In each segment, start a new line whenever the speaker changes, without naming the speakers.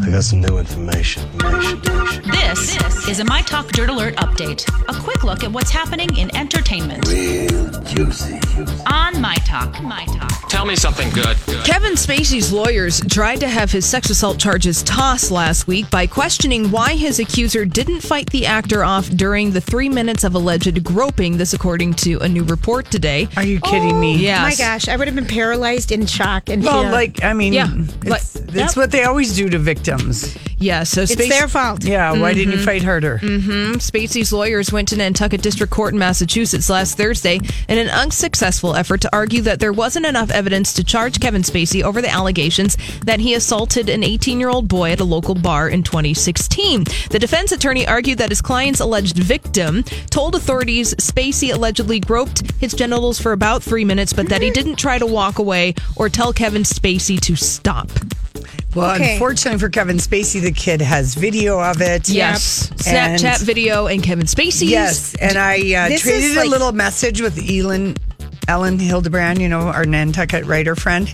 I got some new information. information, information.
This, is a My Talk Dirt Alert update. A quick look at what's happening in entertainment
Real juicy.
on My Talk. My Talk.
Tell me something good.
Kevin Spacey's lawyers tried to have his sex assault charges tossed last week by questioning why his accuser didn't fight the actor off during the three minutes of alleged groping. This, according to a new report today.
Are you kidding me?
Yes.
My gosh, I would have been paralyzed in shock and
Well,
fear.
like I mean,
Yeah,
it's,
like-
that's what they always do to victims.
Yeah, so
it's
Spacey-
their fault.
Yeah, why didn't
Mm-hmm.
you fight harder?
Spacey's lawyers went to Nantucket District Court in Massachusetts last Thursday in an unsuccessful effort to argue that there wasn't enough evidence to charge Kevin Spacey over the allegations that he assaulted an 18 year old boy at a local bar in 2016. The defense attorney argued that his client's alleged victim told authorities Spacey allegedly groped his genitals for about three minutes, but that he didn't try to walk away or tell Kevin Spacey to stop.
Well,
Okay.
unfortunately for Kevin Spacey, the kid has video of it.
Yes.
And-
Snapchat video and Kevin Spacey's.
Yes, and I uh,
This
traded
is
a
like-
little message with Elin, Ellen Hildebrand, you know, our Nantucket writer friend,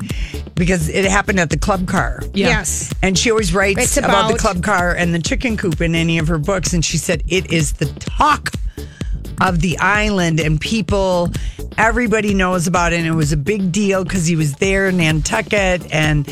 because it happened at the club car.
Yeah.
Yes.
And she always writes
It's
about, the
about-
club car and the chicken coop in any of her books. And she said it is the talk of the island and people, everybody knows about it. And it was a big deal because he was there in Nantucket and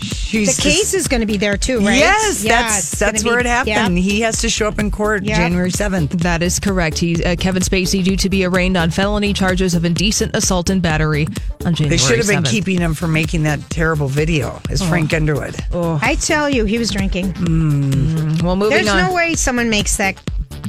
she's
The case
just-
is going to be there too, right?
Yes,
Yeah,
that's
it's gonna
that's
be-
where it happened.
yeah.
He has to show up in court
Yeah.
January seventh.
That is correct. He, uh, Kevin Spacey, due to be arraigned on felony charges of indecent assault and battery on January.
They should have been
7th.
keeping him from making that terrible video,
Oh.
is Frank Underwood.
I tell you, he was drinking.
Well, moving
There's
on.
no way someone makes that.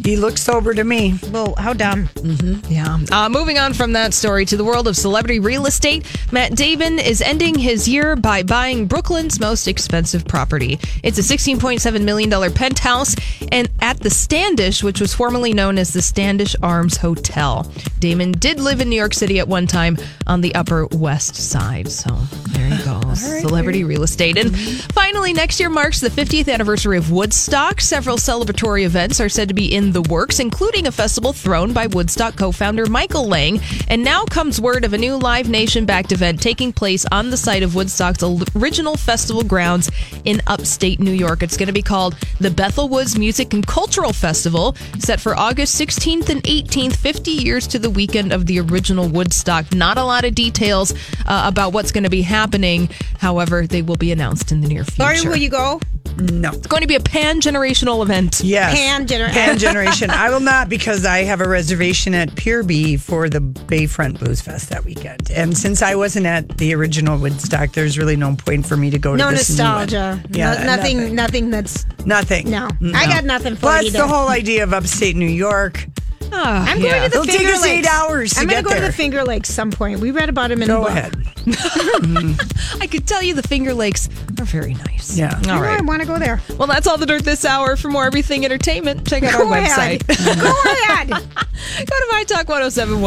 He looks sober to me.
Well, how dumb.
Mm,
yeah. Uh, moving on from that story to the world of celebrity real estate. Matt Damon is ending his year by buying Brooklyn's most expensive property. It's a 16.7 million dollar penthouse and at the Standish, which was formerly known as the Standish Arms Hotel. Damon did live in New York City at one time on the Upper West Side. So there you go. Celebrity real estate. And finally, next year marks the 50th anniversary of Woodstock. Several celebratory events are said to be in the works, including a festival thrown by Woodstock co founder Michael Lang. And now comes word of a new Live Nation backed event taking place on the site of Woodstock's al- original festival grounds in upstate New York. It's going to be called the Bethel Woods Music and Cultural Festival, set for August 16th and 18th, 50 years to the weekend of the original Woodstock. Not a lot of details uh, about what's going to be happening. However, they will be announced in the near future.
Lori, will you go?
No.
it's going to be a pan generational event.
Yes.
Pan gener-
Pan generation. I will not because I have a reservation at Pier B for the Bayfront Blues Fest that weekend. And since I wasn't at the original Woodstock, there's really no point for me to go to
No
this new one.
nostalgia.
Yeah,
no, nothing, nothing. that's.
Nothing.
No. I got nothing for
Plus
you
the
there.
whole idea of upstate New York.
I'm going to the
It'll take
Finger
us eight
Lakes.
hours to
I'm gonna
get
go to
there.
the Finger Lakes some point. We read about him in the
Go
book.
ahead.
I could tell you the Finger Lakes are very nice.
Yeah.
You
All
know,
right.
I want to go there.
Well, that's all the dirt this hour. For more everything entertainment, check out our
go
website.
ahead. go ahead.
Go to mytalk1071.